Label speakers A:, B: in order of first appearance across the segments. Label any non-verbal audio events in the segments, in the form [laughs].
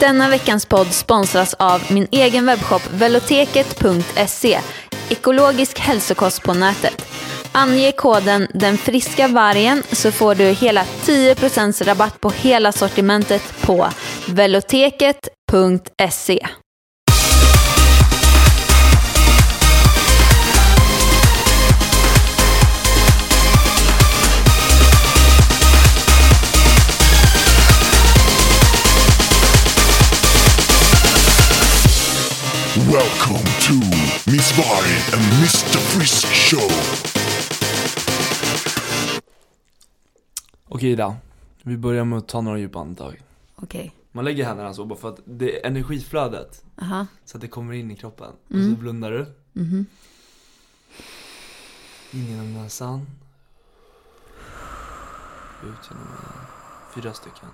A: Denna veckans podd sponsras av min egen webbshop veloteket.se. Ekologisk hälsokost på nätet. Ange koden den friska vargen så får du hela 10% rabatt på hela sortimentet på veloteket.se.
B: Welcome to Miss Varg and Mr Frisk Show.
C: Okej då. vi börjar med att ta några djupa andetag.
A: Okej.
C: Man lägger händerna så bara för att det är energiflödet,
A: Aha.
C: så att det kommer in i kroppen. Och så blundar du. In genom näsan. Ut genom munnen. Fyra stycken.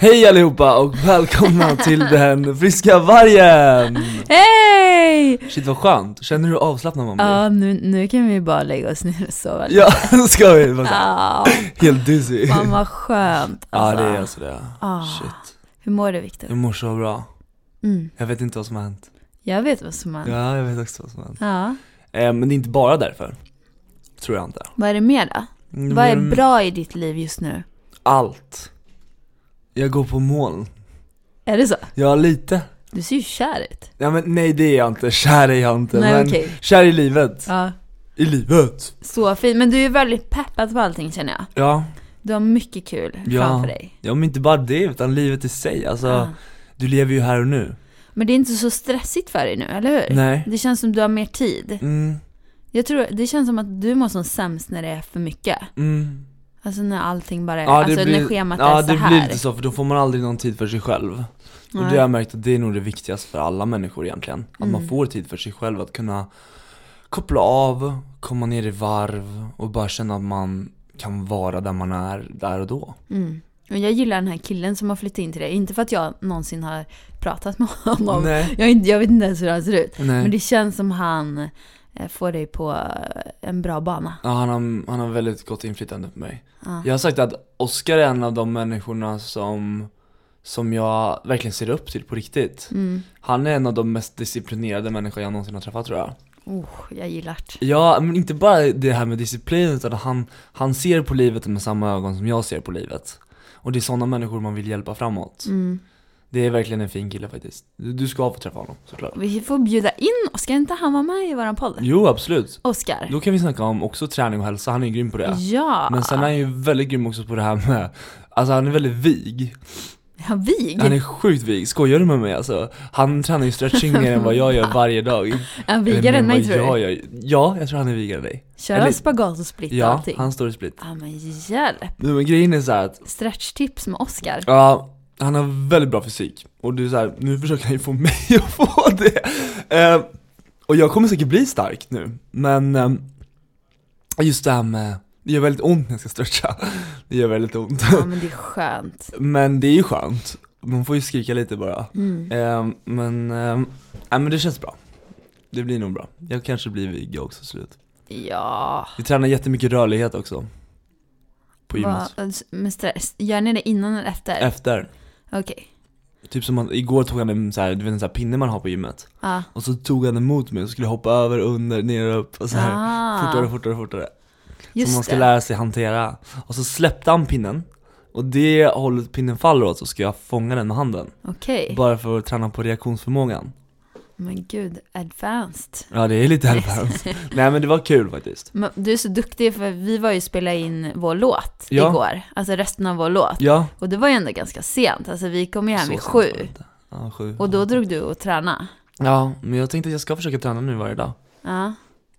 C: Hej allihopa och välkomna till den friska vargen!
D: Hej!
C: Shit vad skönt, känner du hur avslappnad man blir?
D: Ja, nu, nu kan vi bara lägga oss ner och sova lite.
C: Ja, [laughs] ska vi? Bara så här,
D: Ja,
C: Helt dizzy.
D: fan vad skönt.
C: Ja
D: Alltså,
C: det är alltså det.
D: Ah.
C: Shit.
D: Hur mår du Viktor?
C: Jag mår så bra.
D: Mm.
C: Jag vet inte vad som har hänt.
D: Jag vet vad som händer.
C: Ja, jag vet också vad som har hänt.
D: Ja.
C: Eh, men det är inte bara därför. Tror jag inte.
D: Vad är det mer då?
C: Mm,
D: Vad är
C: men
D: bra i ditt liv just nu?
C: Allt. Jag går på moln.
D: Är det så?
C: Ja, lite.
D: Du ser ju kär ut.
C: Ja, men nej det är jag inte, kär är jag inte.
D: Nej,
C: men
D: okej.
C: kär i livet.
D: Ja.
C: I livet.
D: Så fin. Men du är väldigt peppad på allting känner jag.
C: Ja,
D: Du har mycket kul
C: Ja.
D: framför dig. Ah.
C: ja men inte bara det utan livet i sig. Alltså,
D: Ja.
C: du lever ju här och nu.
D: Men det är inte så stressigt för dig nu, eller hur?
C: Nej.
D: Det känns som du har mer tid.
C: Mm,
D: Jag tror, det känns som att du mår som sämst när det är för mycket.
C: mm.
D: Alltså när allting bara är,
C: Ja,
D: alltså när schemat
C: ja,
D: är så
C: det
D: här.
C: blir lite så för då får man aldrig någon tid för sig själv. Och det har
D: Nej. Mm.
C: jag märkt att det är nog det viktigaste för alla människor egentligen. Att man får tid för sig själv, att kunna koppla av, komma ner i varv och bara känna att man kan vara där man är där och då.
D: Mm. Och jag gillar den här killen som har flyttat in till dig. Inte för att jag någonsin har pratat med honom.
C: Nej.
D: Jag, har inte, jag vet inte ens hur han ser ut.
C: Nej.
D: Men det känns som han eh, får dig på eh, en bra bana.
C: Ja, han, har, han har väldigt gott inflytande på mig.
D: Ja.
C: Jag har sagt att Oscar är en av de människorna som, som jag verkligen ser upp till på riktigt.
D: Mm.
C: Han är en av de mest disciplinerade människor jag någonsin har träffat tror jag.
D: Oh, jag gillar det.
C: Ja, men inte bara det här med disciplin utan han, han ser på livet med samma ögon som jag ser på livet. Och det är sådana människor man vill hjälpa framåt.
D: Mm.
C: Det är verkligen en fin kille faktiskt. Du, du ska få träffa honom såklart.
D: Vi får bjuda in Oskar, inte han var med i våran podd?
C: Jo, absolut.
D: Oskar?
C: Då kan vi snacka om också träning och hälsa, han är ju grym på det.
D: Ja.
C: Men sen är han ju väldigt grym också på det här med, alltså han är väldigt vig.
D: ja, vig.
C: Han är sjukt vig, skojar du med mig alltså? Han tränar ju stretching mer än vad jag gör varje dag.
D: [laughs] Han
C: Eller
D: vigare
C: mer
D: än mig
C: vad
D: tror
C: jag
D: du?
C: gör. Ja, jag tror han är vigare än dig.
D: Kör
C: eller-
D: han spagat och split och
C: Ja,
D: allting?
C: han står i split.
D: Ja men hjälp.
C: Nu, Men grejen är så här att
D: Stretchtips med Oskar.
C: Ja, han har väldigt bra fysik. Och det är så här, nu försöker han ju få [laughs] mig att få det. Eh, och jag kommer säkert bli stark nu, men eh, just det här med, det gör väldigt ont när jag ska stretcha. Det gör väldigt ont. [laughs]
D: Ja men det är skönt.
C: Men det är ju skönt. Man får ju skrika lite bara.
D: Mm.
C: Eh, men, eh, nej, men det känns bra. Det blir nog bra. Jag kanske blir vig jag också slut.
D: Ja.
C: Vi tränar jättemycket rörlighet också. På gymmet.
D: Vad- Med stress. Gör ni det innan eller efter?
C: Efter.
D: Okej.
C: Typ som att, igår tog han en så här, du vet en sån här pinne man har på gymmet.
D: Ja.
C: Och så tog han emot mig och skulle hoppa över, under, ner och upp och så här.
D: Ah.
C: Fortare, fortare, fortare.
D: Just
C: Som man ska
D: det.
C: lära sig hantera. Och så släppte han pinnen. Och det hållet pinnen faller åt så ska jag fånga den med handen.
D: Okej.
C: Bara för att träna på reaktionsförmågan.
D: Men gud, advanced.
C: Ja det är lite advanced. [laughs] Nej men det var kul faktiskt.
D: Men Du är så duktig för vi var ju och spelade in vår låt
C: Ja.
D: igår. Alltså resten av vår låt.
C: Ja.
D: Och det var ju ändå ganska sent. Alltså vi kom ju hem
C: Så
D: vid
C: sant
D: sju.
C: var det inte. Ja, sju.
D: Och då drog du och tränade.
C: Ja, men jag tänkte att jag ska försöka träna nu varje dag.
D: Ja.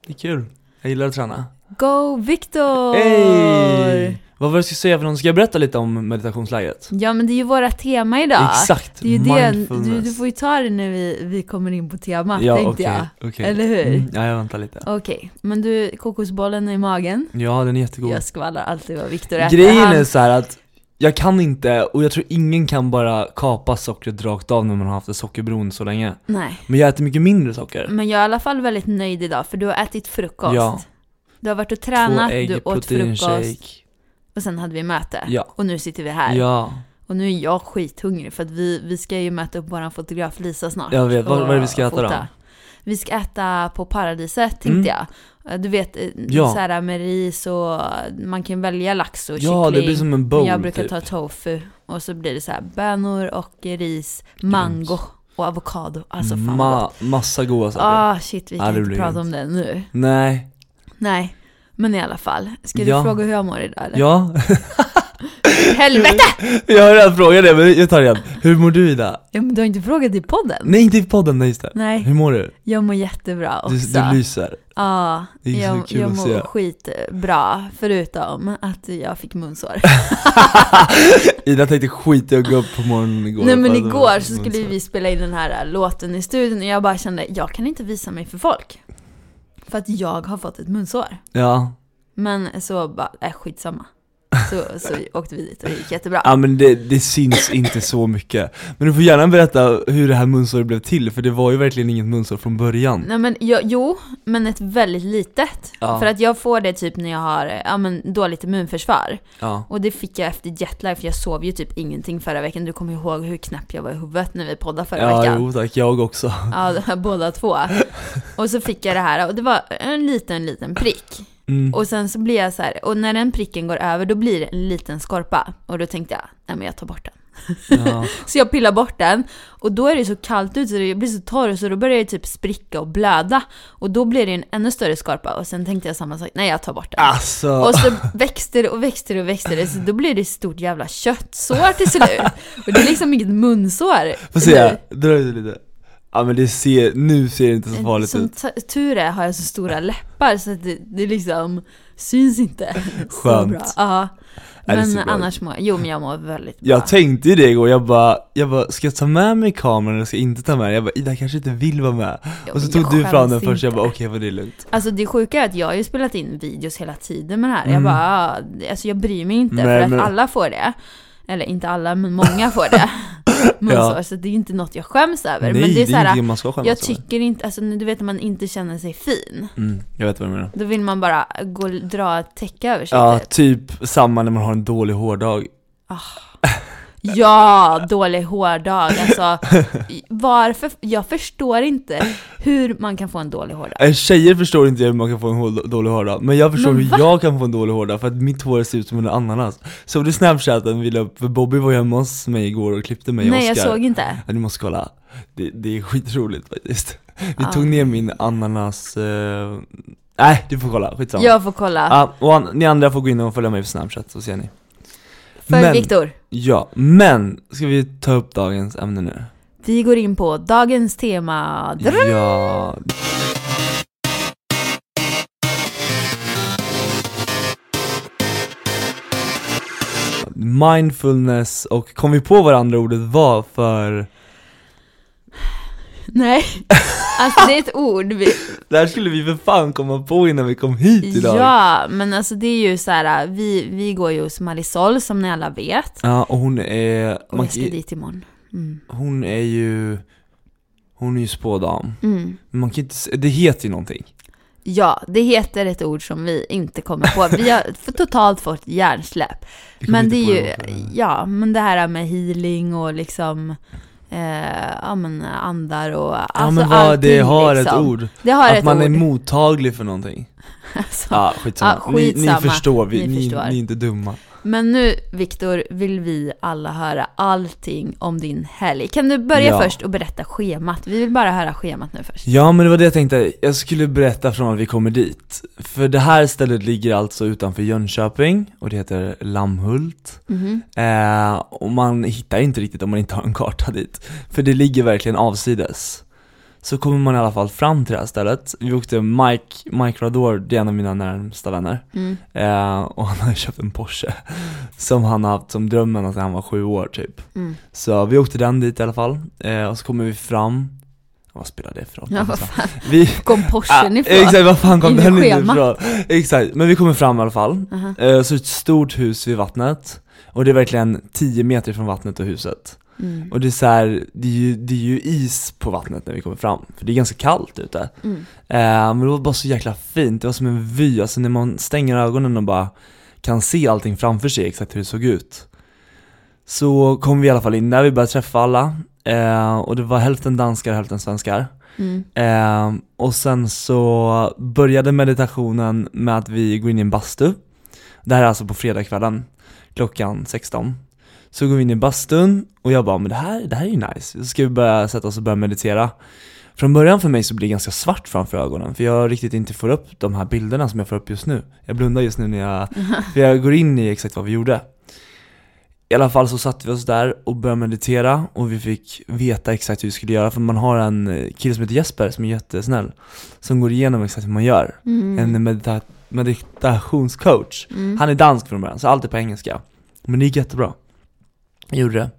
C: Det är kul. Jag gillar att träna.
D: Go Victor!
C: Hej! Vad var det jag skulle säga för någon? Ska jag berätta lite om meditationslägret?
D: Ja men det är ju våra tema idag.
C: Exakt,
D: Det är ju det, du,
C: mindfulness.
D: du får ju ta det när vi, vi kommer in på temat
C: ja,
D: tänkte
C: okej,
D: jag.
C: okej.
D: Eller hur?
C: Mm, ja, jag väntar lite.
D: Okej, men du, kokosbollen i magen.
C: Ja, den är jättegod.
D: Jag skvallrar alltid vad Viktor äter.
C: Grejen
D: Han-
C: är så här att jag kan inte, och jag tror ingen kan bara kapa sockret rakt av när man har haft ett sockerberoende så länge.
D: Nej,
C: Men jag äter mycket mindre socker.
D: men jag är i alla fall väldigt nöjd idag för du har ätit frukost.
C: Ja.
D: Du har varit och tränat,
C: Två
D: du
C: ägg,
D: åt frukost
C: proteinshake.
D: och sen hade vi möte.
C: Ja.
D: Och nu sitter vi här.
C: Ja,
D: Och nu är jag skithungrig för att vi, vi ska ju möta upp våran fotograf Lisa snart.
C: Jag vet. Vad-
D: och
C: vad är det vi ska äta då?
D: fota. Vi ska äta på paradiset tänkte
C: Mm.
D: jag. Eh, Du vet, ja.
C: Ja.
D: så här med ris och eh, man kan välja lax och
C: ja det
D: kyckling.
C: blir som en
D: Men
C: bowl
D: jag brukar
C: typ.
D: ta tofu och så blir det så här bönor och ris, mango och avokado. Alltså fan vad gott.
C: Ma- Massa goda saker.
D: Ah shit, vi
C: Ja,
D: kan
C: det
D: inte
C: blir
D: prata
C: grymt.
D: om det nu.
C: Nej,
D: Nej, men i alla fall. Ska du
C: Ja.
D: fråga hur jag mår idag eller?
C: ja. [laughs]
D: Helvete!
C: jag har redan frågat det men jag tar det igen. Hur mår du Ida?
D: Ja, men du har inte frågat i podden.
C: Nej inte i podden, nej just det.
D: Nej,
C: Hur mår du?
D: jag mår jättebra också.
C: Du, du lyser.
D: Ja,
C: Det är så
D: jag,
C: kul
D: jag
C: att
D: mår
C: se.
D: skitbra förutom att jag
C: [laughs]
D: fick munsår.
C: Ida tänkte skit i att gå upp på morgonen igår.
D: Nej men
C: Bara,
D: igår
C: det
D: så
C: var
D: skulle vi spela in den här äh, låten i studion och jag bara kände, jag kan inte visa mig för folk. För att jag har fått ett munsår.
C: Ja.
D: Men så bara, äh, skitsamma. Så, så åkte vi dit och det gick jättebra.
C: [laughs] Ja men det, det syns inte så mycket. Men du får gärna berätta hur det här munsåret blev till, för det var ju verkligen inget munsår från början.
D: Nej men jag, jo, men ett väldigt litet.
C: Ja.
D: För att jag får det typ när jag har ja, men, dåligt immunförsvar.
C: Ja.
D: Och det fick jag efter jetlag för jag sov ju typ ingenting förra veckan. Du kommer ihåg hur knäpp jag var i huvudet när vi poddade förra
C: Ja,
D: veckan.
C: jo tack, jag också.
D: Ja, båda två. Och så fick jag det här och det var en liten, liten prick.
C: Mm.
D: Och sen så blir jag så här, och när den pricken går över då blir det en liten skorpa. Och då tänkte jag, nej men jag tar bort den.
C: Ja.
D: [laughs] Så jag pillar bort den och då är det så kallt ut så det blir så torr så då börjar det typ spricka och blöda. Och då blir det en ännu större skorpa och sen tänkte jag samma sak, nej jag tar bort den.
C: Alltså,
D: Och så växte det och växte det och växte det, så då blir det ett stort jävla köttsår till slut. Och det är liksom inget munsår.
C: får se, dra ut det lite. Ja men det ser, nu ser det inte så farligt
D: Som
C: ut.
D: t- tur är har jag så stora läppar så att det, det liksom syns inte. så
C: Skönt.
D: bra. Ja.
C: det
D: Men
C: ser bra ut.
D: annars mår jag, jo men jag mår väldigt bra.
C: Jag tänkte ju det igår, jag bara, jag bara, ska jag ta med mig kameran eller ska jag inte ta med den? Jag bara, Ida kanske inte vill vara med.
D: Jo,
C: Och så
D: men
C: tog
D: jag
C: du fram
D: skäms
C: den först, jag
D: inte.
C: bara okej, vad det är lugnt.
D: Alltså det sjuka är att jag har ju spelat in videos hela tiden med det här. Jag
C: Mm.
D: bara, ah, alltså jag bryr mig inte
C: Nej,
D: för att
C: men-
D: alla får det. Eller inte alla, men många får
C: [laughs]
D: det. Munsår, så det är inte något jag skäms över.
C: Nej,
D: men det är, så här,
C: ingenting man ska skämmas
D: Jag
C: över.
D: tycker inte, alltså du vet när man inte känner sig fin,
C: Mm, jag vet vad du menar.
D: då vill man bara gå, dra ett täcke över sig.
C: Ja,
D: typ.
C: typ samma när man har en dålig hårdag.
D: ja, dålig hårdag
C: [laughs]
D: alltså. Varför, jag förstår inte hur man kan få en dålig hårdag.
C: Äh, Tjejer förstår inte hur man kan få en hår- dålig hårdag, men jag förstår
D: Men
C: hur
D: va?
C: jag kan få en dålig hårdag för att mitt hår ser ut som en ananas. Såg du snapchaten vi la upp? För Bobby var ju hemma hos mig igår och klippte mig och
D: Nej jag
C: Oscar.
D: såg inte.
C: Ja, du måste kolla. Det, det är skitroligt faktiskt. Vi
D: Ja.
C: tog ner min ananas... eh, Nej, du får kolla, skitsamma.
D: Jag får kolla.
C: Ja, och an- ni andra får gå in och följa mig på snapchat så ser ni.
D: För
C: men-
D: Viktor,
C: Ja, men ska vi ta upp dagens ämne nu?
D: vi går in på dagens tema.
C: Ja. Mindfulness och kom vi på vad det andra ordet var för...
D: [laughs] Nej, alltså det är ett
C: [laughs]
D: ord vi,
C: Det här skulle vi för fan komma på innan vi kom hit idag.
D: Ja, men alltså det är ju så här, vi, vi går ju hos Marisol som ni alla vet.
C: Ja, och hon är...
D: Och
C: Man,
D: jag ska dit imorgon. Mm.
C: hon är ju... Hon är ju spådam.
D: Mm.
C: Men Man kan inte, s- det heter ju någonting.
D: Ja, det heter ett ord som vi inte kommer på.
C: [laughs]
D: Vi har f- totalt fått hjärnsläpp.
C: Vi kommer
D: Men det
C: inte
D: är
C: på
D: ju,
C: något annat.
D: ja, men det här med healing och liksom Eh, ja men andar och alltså
C: ja men vad det
D: allting
C: har
D: liksom.
C: ett ord.
D: Det har
C: Att
D: ett
C: man
D: ord.
C: är mottaglig för någonting.
D: alltså.
C: Ja, skitsamma.
D: Ja, skitsamma.
C: Ni, ni förstår, vi,
D: Ni
C: ni, ni,
D: förstår.
C: är inte dumma.
D: Men nu Viktor vill vi alla höra allting om din helg. Kan du börja
C: Ja.
D: först och berätta schemat? Vi vill bara höra schemat nu först.
C: Ja men det var det jag tänkte, jag skulle berätta från att vi kommer dit. För det här stället ligger alltså utanför Jönköping och det heter Lammhult.
D: Mhm.
C: Eh, och man hittar inte riktigt om man inte har en karta dit. För det ligger verkligen avsides. Så kommer man i alla fall fram till det här stället. Vi åkte Mike, Mike Rador, det är en av mina närmsta vänner.
D: Mm.
C: Eh, och han har köpt en Porsche. Som han har haft som drömmen att han var sju år typ.
D: Mm.
C: Så vi åkte den dit i alla fall. Eh, och så kommer vi fram. Vad spelar det för roll? Alltså,
D: Ja, vad fan
C: vi,
D: kom Porschen
C: Ah,
D: ifrån?
C: Exakt, vad fan kom
D: In i
C: den
D: schemat.
C: ifrån? Exakt, men vi kommer fram i alla fall.
D: Aha.
C: Eh, Så ett stort hus vid vattnet. Och det är verkligen 10 meter från vattnet och huset.
D: Mm.
C: Och det är så här, det är, ju, det är ju is på vattnet när vi kommer fram, för det är ganska kallt ute.
D: Mm.
C: Eh, men det var bara så jäkla fint, det var som en vy, alltså när man stänger ögonen och bara kan se allting framför sig, exakt hur det såg ut. Så kom vi i alla fall in där, vi började träffa alla. Eh, och det var hälften danskar, hälften svenskar.
D: Mm.
C: Eh, och sen så började meditationen med att vi går in i en bastu. Det här är alltså på fredagskvällen, klockan 16. Så går vi in i bastun och jag bara, men det här, det här är ju nice. Så ska vi börja sätta oss och börja meditera. Från början för mig så blir det ganska svart framför ögonen, för jag riktigt inte får upp de här bilderna som jag får upp just nu. Jag blundar just nu när jag, för jag går in i exakt vad vi gjorde. I alla fall så satte vi oss där och började meditera och vi fick veta exakt hur vi skulle göra för man har en eh, kille som heter Jesper som är jättesnäll som går igenom exakt hur man gör. En medita- meditationscoach. Han är dansk från början så allt är på engelska. Men det gick jättebra. Jag gjorde det.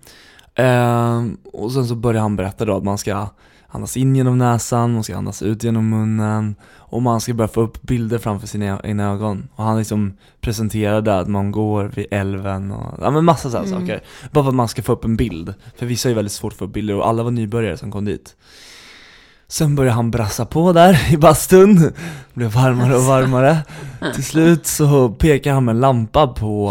C: Ehm, och sen så började han berätta då att man ska andas in genom näsan, man ska andas ut genom munnen och man ska börja få upp bilder framför sina egna ögon. Och han liksom presenterade att man går vid älven och ja, men massa sådana
D: Mm.
C: saker. Bara för att man ska få upp en bild. För vissa är väldigt svårt att få upp bilder och alla var nybörjare som kom dit. Sen började han brassa på där i bastun. Det blev varmare och varmare. Till slut så pekar han med en lampa på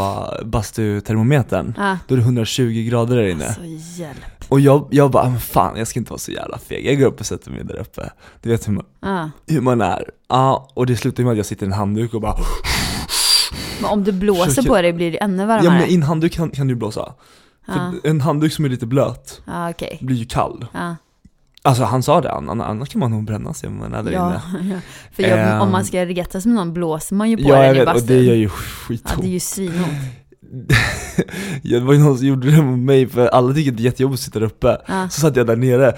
C: bastutermometern.
D: Ah.
C: Då är det 120 grader där inne.
D: Alltså hjälp.
C: Och jag, jag bara, "Ah, "Men fan jag ska inte vara så jävla feg. Jag går upp och sätter mig där uppe. Du vet hur man,
D: Ah.
C: hur man är. Ja, och det slutar med att jag sitter i en handduk och bara
D: Men om du blåser
C: Försöker-
D: på dig blir det ännu
C: Ja men
D: varmare?
C: i en handduk kan, kan du blåsa.
D: Ja,
C: För en handduk som är lite blöt
D: ah, okej.
C: blir ju kall.
D: Ja.
C: Alltså han sa det, ann- annars kan man nog bränna sig om man är där
D: Ja,
C: inne.
D: [laughs] ja. För jag,
C: Ehm.
D: om man ska retas med någon blåser man ju på
C: Ja jag
D: den i
C: vet, och
D: bastun.
C: det gör ju
D: Ja,
C: skitont.
D: det är ju svinont.
C: Ja, det var ju någon som gjorde det mot mig för alla tycker det är jättejobbigt att sitta där uppe.
D: Ja.
C: Så satt jag där nere,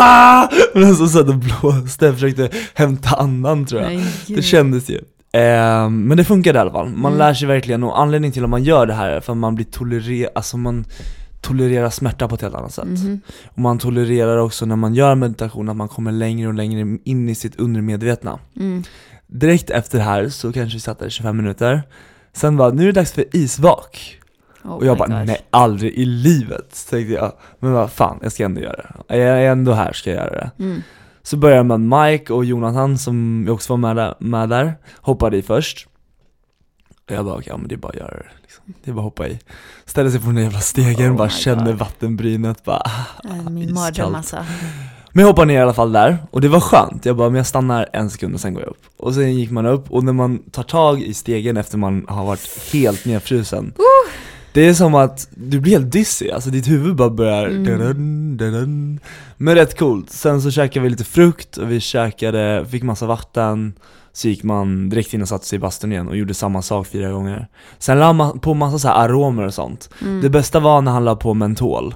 C: "Ah!" men så satt och blåste, försökte hämta andan tror jag.
D: Men
C: Det
D: gud.
C: kändes ju. Ehm, men det funkade i alla fall. Man
D: Mm.
C: lär sig verkligen och anledningen till att man gör det här är för att man blir tolerer- alltså man tolererar smärta på ett helt annat sätt.
D: Mhm.
C: Och man tolererar också när man gör meditation att man kommer längre och längre in i sitt undermedvetna.
D: Mm.
C: Direkt efter det här så kanske vi satt där i 25 minuter. Sen bara, nu är det dags för isvak.
D: Oh
C: Och jag
D: my
C: bara,
D: gosh.
C: nej aldrig i livet, tänkte jag. Men vad fan, jag ska ändå göra det. Jag är ändå här, ska jag göra det.
D: Mm.
C: Så började jag med Mike och Jonathan som jag också var med där, med där hoppade i först. Och jag bara, okej, ja, men det är bara att göra det. Liksom. Det är bara att hoppa i. Ställer sig på den där jävla stegen,
D: Oh
C: bara
D: my
C: känner
D: God.
C: vattenbrynet, bara ah.
D: Äh, Min
C: iskallt.
D: mardröm alltså.
C: Men jag hoppade ner i alla fall där, och det var skönt. Jag bara, men jag stannar en sekund och sen går jag upp. Och sen gick man upp, och när man tar tag i stegen efter man har varit helt nedfrusen.
D: Uh.
C: Det är som att du blir helt dizzy, alltså ditt huvud bara börjar
D: Mm.
C: dadadun, dadadun. Men rätt coolt. Sen så käkade vi lite frukt, och vi käkade, fick massa vatten. Så gick man direkt in och satte sig i bastun igen och gjorde samma sak fyra gånger. Sen la man på massa så här aromer och sånt. Det bästa var när han la på mentol.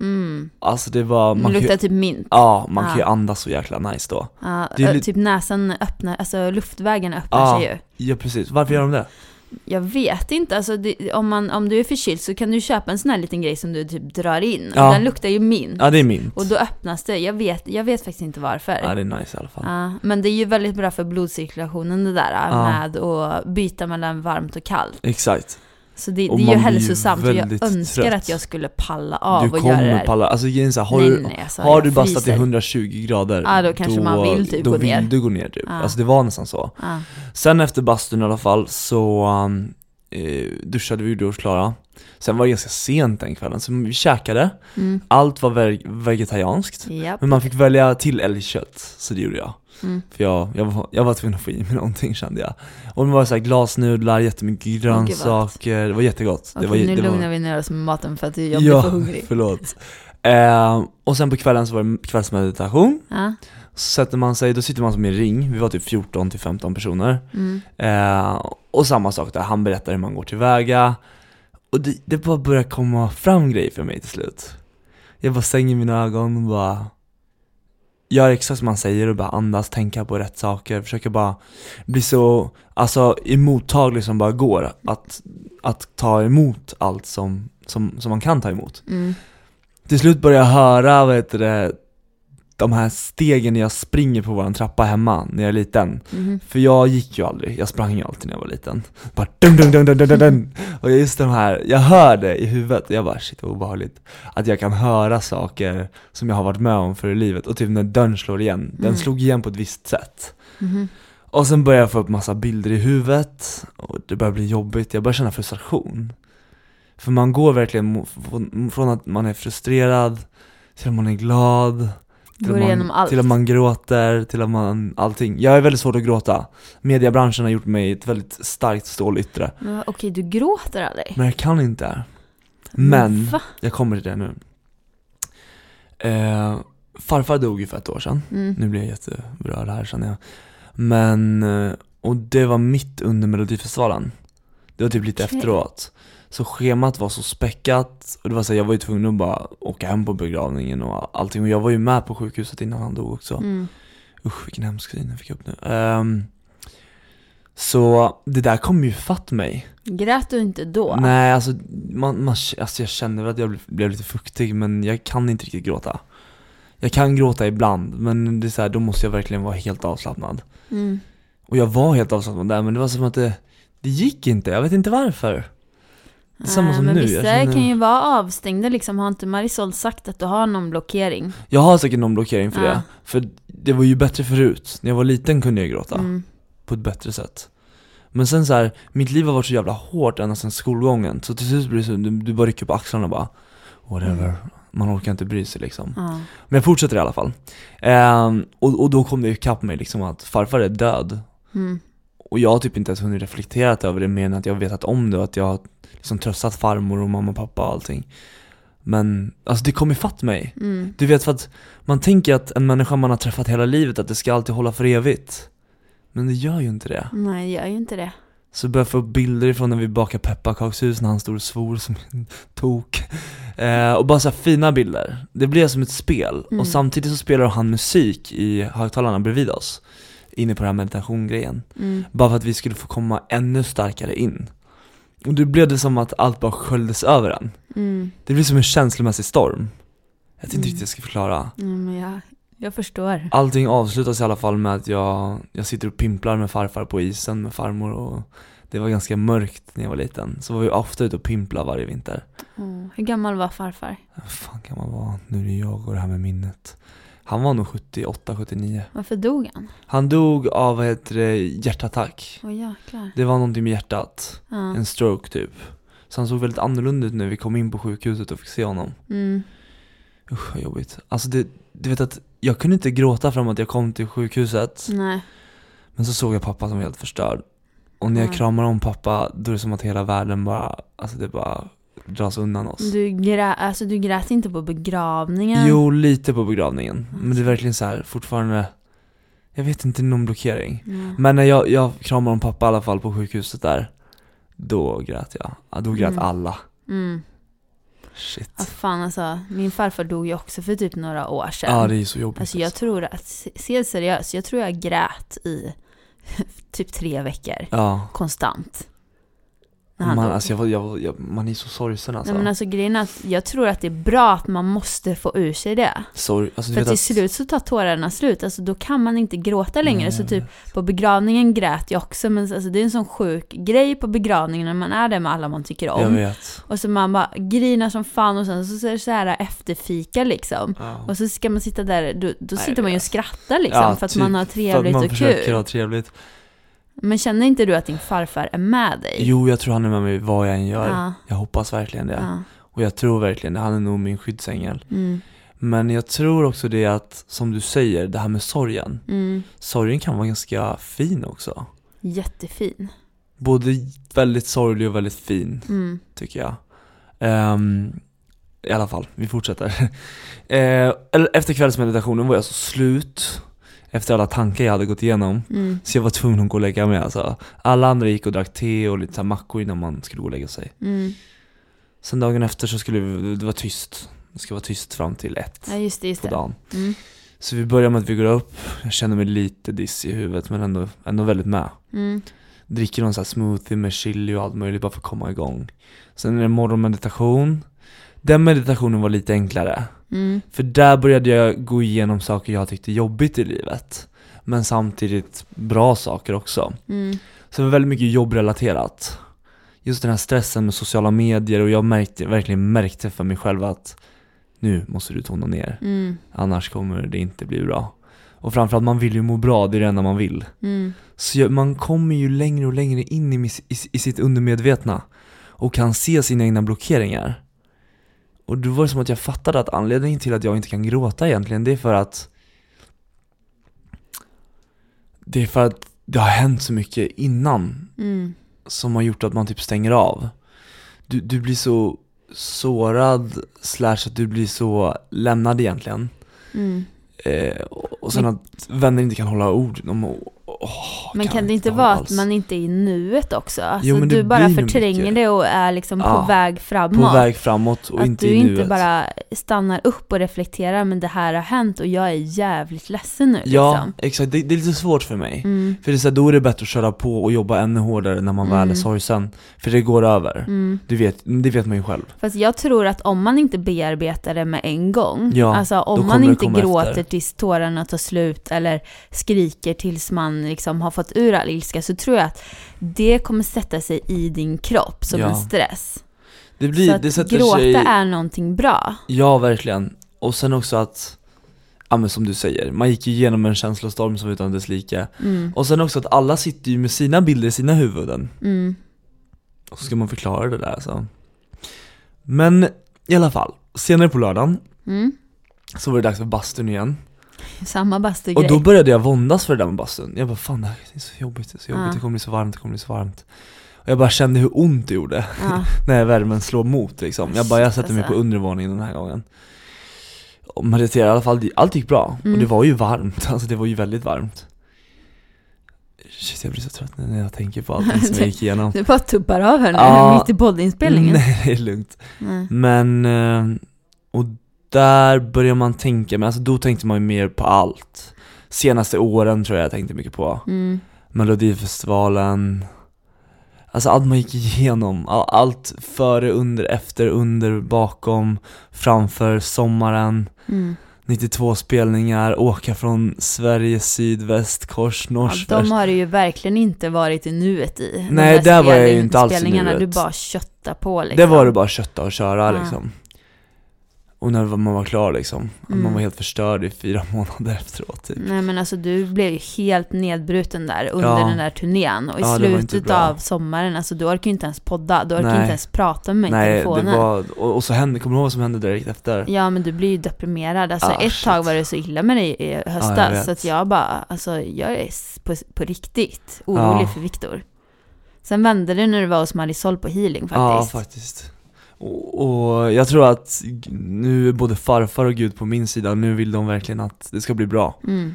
D: Mm.
C: Alltså det var...
D: Det
C: Man kan ju-
D: luktar typ mint.
C: Ja, man kan ju
D: Ja.
C: andas så jäkla nice då.
D: Ja,
C: Det är
D: ö,
C: li-
D: typ näsan öppnar, alltså luftvägen öppnar
C: Ja.
D: sig ju.
C: Ja precis, varför gör de det?
D: Jag vet inte, alltså det, om, man, om du är förkyld så kan du köpa en sån här liten grej som du typ drar in.
C: Ja.
D: Den luktar ju mint.
C: Ja det är mint.
D: Och då öppnas det, jag vet, jag vet faktiskt inte varför.
C: Ja det är nice i alla fall.
D: Ja, men det är ju väldigt bra för blodcirkulationen det där
C: Ja.
D: med att byta mellan varmt och kallt.
C: Exakt.
D: Så det, det
C: Och
D: är ju
C: man blir ju
D: hälsosamt och jag
C: väldigt
D: önskar
C: trött.
D: att jag skulle palla av
C: du
D: och göra det
C: kommer
D: här.
C: palla, alltså grejen är så här, har,
D: Nej,
C: du,
D: nej, nej, alltså,
C: har
D: jag
C: du bastat i
D: fryser.
C: 120 grader
D: Ja, då kanske man vill typ
C: då
D: gå
C: vill
D: ner.
C: du gå ner typ.
D: Ja.
C: Alltså det var nästan så.
D: Ja.
C: Sen efter bastun i alla fall så um, eh, duschade vi och gjorde oss klara. Sen var det ganska sent den kvällen, så vi käkade.
D: Mm.
C: Allt var veg- vegetarianskt.
D: Japp.
C: Men man fick välja till älgkött, så det gjorde jag.
D: Mm.
C: För jag, jag, var, jag var tvungen att få i mig någonting kände jag. Och det var så här glasnudlar, jättemycket
D: vad
C: grönsaker, det var jättegott.
D: Okej,
C: det var,
D: nu
C: det var,
D: lugnar vi ner oss med maten för att jag blir
C: ja,
D: för hungrig.
C: förlåt. Eh, och sen på kvällen så var det kvällsmeditation.
D: Ja.
C: Så sätter man sig, då sitter man som i en ring, vi var typ 14 till 15 personer.
D: Mm.
C: Eh, och samma sak där, han berättar hur man går tillväga. Och det, det bara börjar komma fram grejer för mig till slut. Jag bara stänger mina ögon och bara gör exakt som man säger och bara andas, tänka på rätt saker, försöka bara bli så, alltså emottaglig som bara går, att, att ta emot allt som, som, som man kan ta emot.
D: Mm.
C: Till slut började jag höra, vad heter det, de här stegen när jag springer på våran trappa hemma när jag är liten.
D: Mhm.
C: För jag gick ju aldrig, jag sprang ju alltid när jag var liten. Bara dum, dum, dum, dum, dum, dum, dum. Och just de här, jag hör det i huvudet, jag bara shit vad obehagligt. Att jag kan höra saker som jag har varit med om förr i livet. Och typ när dörren slår igen, den
D: Mm.
C: slog igen på ett visst sätt.
D: Mhm.
C: Och sen började jag få upp massa bilder i huvudet och det började bli jobbigt, jag började känna frustration. För man går verkligen mo- från- från att man är frustrerad till att man är glad, till,
D: Går
C: att man,
D: igenom allt.
C: till att man gråter, till att man allting. Jag är väldigt svårt att gråta. Mediebranschen har gjort mig ett väldigt starkt stålyttre.
D: Men, Okej, du gråter aldrig?
C: Men jag kan inte. Men,
D: Va?
C: jag kommer till det nu. Eh, farfar dog ju för ett år sedan.
D: Mm.
C: Nu blir jag jätteberörd här känner jag. Men, eh, och det var mitt under melodifestivalen. Det var typ lite
D: Okej.
C: efteråt. Så schemat var så späckat och det var så här, jag var ju tvungen att bara åka hem på begravningen och allting. Och jag var ju med på sjukhuset innan han dog också.
D: Mm.
C: Usch vilken hemsk syn jag fick upp nu. Ehm, så det där kom ju fatt mig.
D: Grät du inte då?
C: Nej alltså, man, man, alltså jag känner väl att jag blev, blev lite fuktig men jag kan inte riktigt gråta. Jag kan gråta ibland men det är så här, då måste jag verkligen vara helt avslappnad.
D: Mm.
C: Och jag var helt avslappnad där men det var som att det, det gick inte, jag vet inte varför. Det är samma
D: Nej,
C: som
D: men
C: nu.
D: Vissa
C: Jag, känner,
D: kan ju vara avstängda liksom. Har inte Marisol sagt att du har någon blockering?
C: jag har säkert någon blockering för
D: Ja.
C: det. För det var ju bättre förut, när jag var liten kunde jag gråta.
D: Mm.
C: på ett bättre sätt. Men sen så här, mitt liv har varit så jävla hårt ända sedan skolgången, så till slut blir det så, du, du bara rycker på axlarna och bara whatever. Man orkar inte bry sig liksom.
D: Ja.
C: Men jag fortsätter i alla fall. Ehm, och, och då kom det ikapp mig liksom att farfar är död.
D: Mm.
C: Och jag har typ inte ens hunnit reflekterat över det mer än att jag vetat om det och att jag har liksom tröstat farmor och mamma och pappa och allting. Men alltså det kom ifatt mig.
D: Mm.
C: Du vet för att man tänker att en människa man har träffat hela livet, att det ska alltid hålla för evigt. Men det gör ju inte det.
D: Nej, jag gör ju inte det.
C: Så började jag få upp bilder ifrån när vi bakade pepparkakshus när han stod och svor som en tok. Eh, och bara så här fina bilder. Det blev som ett spel.
D: Mm.
C: Och samtidigt så spelar han musik i högtalarna bredvid oss. Inne på den här meditationgrejen.
D: Mm.
C: Bara för att vi skulle få komma ännu starkare in. Och då blev det som att allt bara sköljdes över en.
D: Mm.
C: Det blev som en känslomässig storm. Jag vet inte
D: Mm.
C: riktigt hur jag ska förklara.
D: Mm, men jag, jag förstår.
C: Allting avslutas i alla fall med att jag, jag sitter och pimplar med farfar på isen med farmor och det var ganska mörkt när jag var liten. Så var vi ofta ute och pimpla varje vinter.
D: Mm. Hur gammal var farfar?
C: Vad fan kan man vara? Nu är det jag och det här med minnet. Han var nog 78, 79.
D: Varför dog han?
C: Han dog av, vad heter det, hjärtattack.
D: Åh jäklar.
C: Det var någonting med hjärtat.
D: Ja.
C: En stroke typ. Så han såg väldigt annorlunda ut när vi kom in på sjukhuset och fick se honom.
D: Mm.
C: Usch vad jobbigt. Alltså det, du vet att jag kunde inte gråta fram att jag kom till sjukhuset.
D: Nej.
C: Men så såg jag pappa som var helt förstörd. Och när jag
D: Ja.
C: kramar om pappa, då är det som att hela världen bara, alltså det bara dras undan oss.
D: Du, grä, alltså, du grät inte på begravningen?
C: Jo, lite på begravningen. Men det är verkligen så här, fortfarande, jag vet inte, någon blockering.
D: Ja.
C: Men när jag, jag kramar om pappa i alla fall på sjukhuset där, då grät jag. Ja, Då grät
D: Mm.
C: alla.
D: Mm. Ja,
C: Shit.
D: fan alltså, min farfar dog ju också för typ några år sedan.
C: Ja, det är ju så jobbigt.
D: Alltså jag tror att, se helt seriöst, jag tror jag grät i [laughs] typ tre veckor.
C: Ja.
D: Konstant. När han
C: Man,
D: dog.
C: alltså jag, var- jag, var- jag, man är så sorgsen alltså.
D: Nej men alltså grejen är att jag tror att det är bra att man måste få ur sig det.
C: Sorg, alltså du
D: För
C: vet
D: till
C: att...
D: slut så tar tårarna slut, alltså då kan man inte gråta längre.
C: Nej,
D: så
C: jag
D: typ på begravningen grät jag också, men alltså, det är en sån sjuk grej på begravningen när man är där med alla man tycker
C: Jag
D: om.
C: vet.
D: Och så man bara grinar som fan och sen så är det så här efterfika liksom.
C: Ja.
D: Och så ska man sitta där, då, då
C: Nej,
D: sitter man ju
C: vet.
D: och skrattar liksom
C: Ja,
D: för att
C: typ,
D: man har
C: För att
D: trevligt
C: man
D: och
C: försöker
D: kul.
C: ha trevligt.
D: Men känner inte du att din farfar är med dig?
C: Jo, jag tror han är med mig vad jag än gör.
D: Ja,
C: Jag hoppas verkligen det.
D: ja.
C: Och jag tror verkligen det. Han är nog min skyddsängel.
D: Mm,
C: Men jag tror också det att, som du säger, det här med sorgen.
D: mm.
C: Sorgen kan vara ganska fin också.
D: Jättefin.
C: Både väldigt sorglig och väldigt fin,
D: Mm.
C: tycker jag. Ehm, I alla fall, vi fortsätter. [laughs] Eh, eller- efter kvällsmeditationen var jag så slut. Efter alla tankar jag hade gått igenom.
D: Mm.
C: Så jag var tvungen att gå och lägga mig alltså. Alla andra gick och drack te och lite så här mackor innan man skulle gå och lägga sig.
D: Mm.
C: Sen dagen efter så skulle vi, det var tyst. Det ska vara tyst fram till ett
D: Ja, just det, just
C: på
D: det.
C: dagen.
D: Mm.
C: Så vi börjar med att vi går upp, jag känner mig lite dissig i huvudet men ändå, ändå väldigt med.
D: Mm.
C: Dricker någon sån här smoothie med chili och allt möjligt bara för att komma igång. Sen är det morgonmeditation. Den meditationen var lite enklare.
D: Mm.
C: För där började jag gå igenom saker jag tyckte jobbigt i livet. Men samtidigt bra saker också.
D: Mm.
C: Så det var väldigt mycket jobbrelaterat. Just den här stressen med sociala medier och jag märkte, verkligen märkte för mig själv att nu måste du tona ner,
D: Mm.
C: annars kommer det inte bli bra. Och framförallt, man vill ju må bra, det är det enda man vill.
D: Mm.
C: Så jag- man kommer ju längre och längre in i, mis- i, i sitt undermedvetna och kan se sina egna blockeringar. Och då var det som att jag fattade att anledningen till att jag inte kan gråta egentligen, det är för att det är för att det har hänt så mycket innan
D: Mm.
C: som har gjort att man typ stänger av. Du, du blir så sårad, slash att du blir så lämnad egentligen.
D: Mm.
C: Eh, och, och sen att vänner inte kan hålla ord. De, åh,
D: Men kan det inte
C: hålla
D: vara att
C: alls.
D: man inte är i nuet också? Alltså,
C: men det
D: du bara
C: blir nog
D: förtränger
C: mycket.
D: det och är liksom på
C: Ja,
D: väg framåt.
C: på väg framåt och
D: att
C: inte
D: du
C: i nuet.
D: inte bara stannar upp och reflekterar, men det här har hänt och jag är jävligt ledsen nu
C: ja,
D: liksom.
C: exakt. Det, det är lite svårt för mig.
D: Mm,
C: För det är så här, då är det bättre att köra på och jobba ännu hårdare när man väl är
D: Mm.
C: sorgsen. För det går över.
D: mm.
C: Du vet, det vet man ju själv.
D: Fast jag tror att om man inte bearbetar det med en gång,
C: Ja,
D: alltså
C: då
D: om man
C: kommer det
D: inte
C: komma
D: gråter
C: efter.
D: tills tårarna tar slut eller skriker tills man liksom har fått ur all ilska, så tror jag att det kommer sätta sig i din kropp som
C: Ja.
D: en stress.
C: Det
D: så
C: blir,
D: att
C: det sätter
D: gråta
C: sig...
D: är någonting bra.
C: Ja, verkligen. Och sen också att, ja men som du säger, man gick ju igenom en känslostorm som utan dess like.
D: Mm,
C: Och sen också att alla sitter ju med sina bilder i sina huvuden.
D: mm,
C: Och så ska man förklara det där så. Men i alla fall, senare på lördagen
D: mm.
C: så var det dags för bastun igen.
D: Samma
C: Och
D: bastugrej.
C: då började jag våndas för det där med bastun. Jag bara fan det här är så jobbigt, det är så jobbigt,
D: Ja.
C: det kommer bli så varmt, det kommer bli så varmt. Och jag bara kände hur ont det gjorde
D: Ja,
C: [laughs] när värmen slår mot liksom. Jag bara jag sätter mig på
D: Alltså.
C: undervåningen den här gången. Och mediterade i alla fall, allt gick bra.
D: Mm.
C: Och det var ju varmt, [laughs] alltså det var ju väldigt varmt. Shit jag blir så trött nu när jag tänker på allting
D: [laughs]
C: som jag gick igenom.
D: [laughs] du bara tuppar av här nu,
C: Ja.
D: [laughs] mitt i poddinspelningen.
C: Nej det är lugnt.
D: Mm.
C: Men, eh, och där börjar man tänka, men alltså då tänkte man ju mer på allt. Senaste åren tror jag jag tänkte mycket på.
D: Mm.
C: Melodifestivalen, alltså allt man gick igenom. All, allt före, under, efter, under, bakom, framför, sommaren,
D: Mm.
C: 92 spelningar, åka från Sverige sydväst, kors,
D: Ja,
C: nors,
D: de
C: väst.
D: har du ju verkligen inte varit i nuet i. De
C: Nej, där var jag ju
D: spelning-
C: inte alls i
D: spelningarna,
C: nuet.
D: Du bara köttar på liksom.
C: Det var det bara att kötta och köra
D: Ja.
C: liksom. Och när man var klar liksom, att man
D: Mm.
C: var helt förstörd i fyra [laughs] månader efteråt typ.
D: Nej men alltså du blev ju helt nedbruten där under
C: Ja.
D: den där turnén. Och i
C: Ja, det var inte
D: slutet
C: bra.
D: av sommaren, alltså du orkar ju inte ens podda. Du orkar ju
C: Nej.
D: inte ens prata med mig i
C: Nej,
D: telefonen.
C: det var, och, och så hände, kommer du ihåg vad som hände direkt efter?
D: Ja men du blir ju deprimerad. Alltså
C: Ah,
D: ett
C: shit.
D: tag var det så illa med dig i höstas.
C: Ja, jag vet.
D: så att jag bara, alltså jag är s- på, på riktigt orolig
C: Ja.
D: för Viktor. Sen vände det när du var hos Marisol på healing
C: Ja,
D: faktiskt.
C: faktiskt. Och, och jag tror att g- nu är både farfar och gud på min sida, nu vill de verkligen att det ska bli bra.
D: Mm.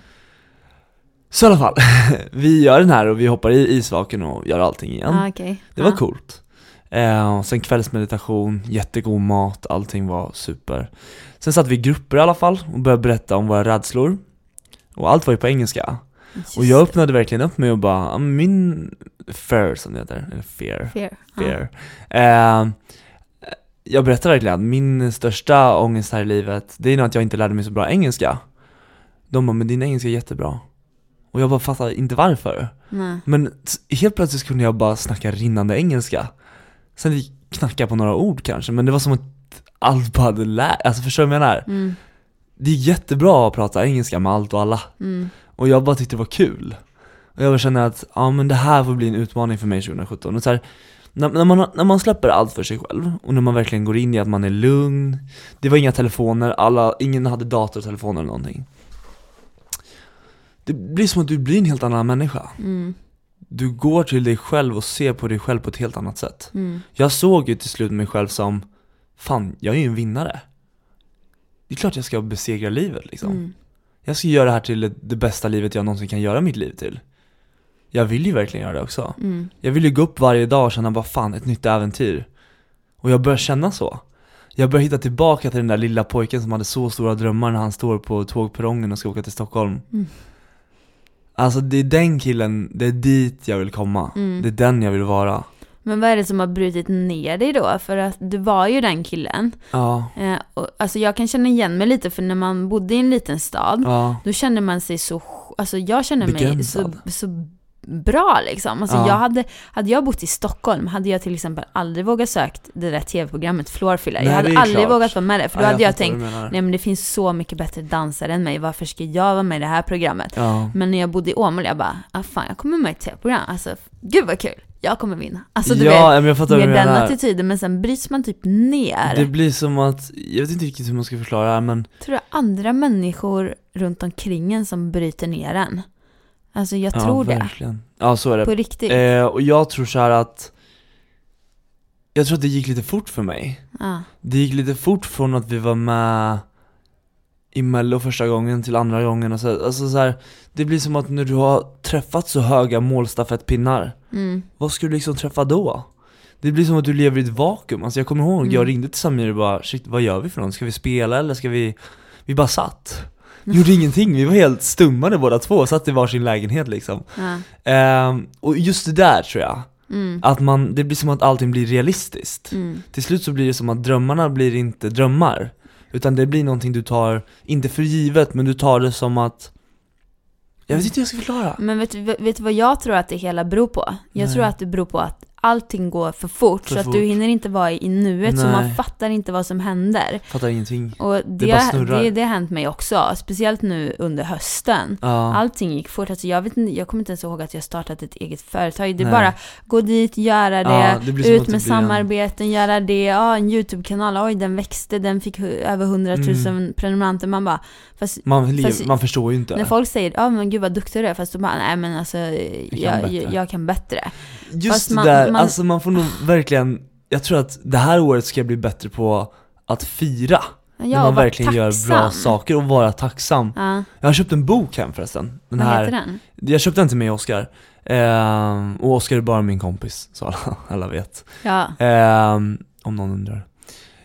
C: Så i alla fall, [laughs] vi gör den här och vi hoppar i isvaken och gör allting igen.
D: Ah, okej.
C: Det var
D: Ja.
C: coolt. Eh, och sen kvällsmeditation, jättegod mat, allting var super. Sen satt vi i grupper i alla fall och började berätta om våra rädslor. Och allt var ju på engelska.
D: Just
C: och jag öppnade verkligen upp mig och bara, "Ah, min fear som det heter, eller fear,
D: det. Fair. Ah. Ja.
C: fear. Eh, jag berättade verkligen att min största ångest här i livet, det är nog att jag inte lärde mig så bra engelska. De bara, men din engelska är jättebra. Och jag bara fattar inte varför.
D: Nej.
C: Men s- helt plötsligt kunde jag bara snacka rinnande engelska. Sen gick- knackade jag på några ord kanske, men det var som att allt bara hade lärt Alltså förstår du vad jag menar?
D: Mm,
C: Det är jättebra att prata engelska med allt och alla.
D: mm,
C: Och jag bara tyckte det var kul. Och jag bara kände att, ja men det här får bli en utmaning för mig 2017. Och så här, när, när, man, när man släpper allt för sig själv och när man verkligen går in i att man är lugn. Det var inga telefoner, alla, ingen hade dator, telefon eller någonting. Det blir som att du blir en helt annan människa
D: mm,
C: du går till dig själv och ser på dig själv på ett helt annat sätt.
D: mm.
C: Jag såg ju till slut mig själv som, fan, jag är ju en vinnare. Det är klart jag ska besegra livet liksom.
D: Mm.
C: Jag ska göra det här till ett- det bästa livet jag någonsin kan göra mitt liv till. Jag vill ju verkligen göra det också.
D: Mm.
C: Jag vill ju gå upp varje dag och känna, vad fan, ett nytt äventyr. Och jag börjar känna så. Jag börjar hitta tillbaka till den där lilla pojken som hade så stora drömmar när han står på tågperrongen och ska åka till Stockholm.
D: Mm.
C: Alltså det är den killen, det är dit jag vill komma.
D: Mm.
C: Det är den jag vill vara.
D: Men vad är det som har brutit ner dig då? För att du var ju den killen.
C: Ja,
D: Eh, och, alltså jag kan känna igen mig lite för när man bodde i en liten stad,
C: ja,
D: då kände man sig så, alltså jag kände mig så,
C: Begränsad.
D: så bra liksom. Alltså
C: Ja.
D: jag hade, hade jag bott i Stockholm hade jag till exempel aldrig vågat sökt det där tv-programmet Floorfiller.
C: Nej,
D: Jag
C: det
D: hade
C: är
D: aldrig
C: klart.
D: vågat vara med det, för då
C: Ja,
D: hade jag
C: fattar vad
D: tänkt,
C: du menar.
D: nej men det finns så mycket bättre dansare än mig, varför ska jag vara med i det här programmet?
C: ja.
D: Men när jag bodde i Åmål, jag bara, ah, fan jag kommer med i ett tv-program, alltså gud vad kul, jag kommer vinna. Alltså du
C: ja,
D: vet,
C: men jag fattar vad
D: med
C: du
D: den
C: menar.
D: attityden, men sen bryts man typ ner.
C: Det blir som att, jag vet inte riktigt hur man ska förklara det här men
D: tror jag andra människor runt omkring en som bryter ner en. Alltså jag tror
C: ja,
D: det.
C: verkligen. Ja, så är det.
D: På riktigt.
C: Eh, och jag tror så här att Jag tror att det gick lite fort för mig
D: ja.
C: Det gick lite fort från att vi var med i mello första gången till andra gången och så, alltså så här, Det blir som att när du har träffat så höga målstafettpinnar
D: Mm.
C: Vad ska du liksom träffa då? Det blir som att du lever i ett vakuum, alltså jag kommer ihåg,
D: Mm.
C: jag ringde till Samir och bara shit vad gör vi för något? Ska vi spela eller ska vi? Vi bara satt Gjorde
D: [laughs]
C: ingenting, vi var helt stummade båda två, satt i varsin lägenhet liksom
D: Ja.
C: Ehm, och just det där tror jag,
D: Mm.
C: att man, det blir som att allting blir realistiskt.
D: Mm.
C: Till slut så blir det som att drömmarna blir inte drömmar, utan det blir någonting du tar, inte för givet, men du tar det som att Jag vet inte hur jag ska förklara.
D: Men vet, du- vet du vad jag tror att det hela beror på? Jag
C: Nej.
D: tror att det beror på att allting går för fort
C: För
D: så att
C: fort.
D: du hinner inte vara i nuet så man
C: Nej.
D: fattar inte vad som händer.
C: Fattar ingenting.
D: Och det,
C: bara
D: det,
C: snurrar.
D: det, har hänt mig också, speciellt nu under hösten.
C: Ja,
D: Allting gick fort, alltså jag, vet, inte- jag kommer inte ens ihåg att jag startat ett eget företag. Det är
C: Nej.
D: bara gå dit, göra det,
C: Ja, det blir som att
D: ut
C: det
D: med
C: blir en-
D: samarbeten, göra det, ja en YouTube-kanal, oj den växte, den fick hu- över 100 000
C: Mm.
D: prenumeranter. Man bara, fast
C: man, lever,
D: fast-
C: man förstår ju inte.
D: när folk säger ja men gud vad duktig du är, fast då bara nej men alltså jag,
C: bättre."
D: jag, jag kan bättre.
C: just
D: fast
C: det
D: man-
C: där,
D: man-
C: alltså man får nog verkligen, jag tror att det här året ska jag bli bättre på att fira.
D: Ja,
C: när man
D: och var
C: verkligen gör bra
D: tacksam.
C: saker och vara tacksam.
D: Ja,
C: Jag har köpt en bok hem förresten. Den
D: vad
C: här,
D: heter den?
C: Jag köpte den till mig och Oskar. Ehm, och Oskar är bara min kompis, så alla, alla vet.
D: Ja,
C: Ehm, om någon undrar.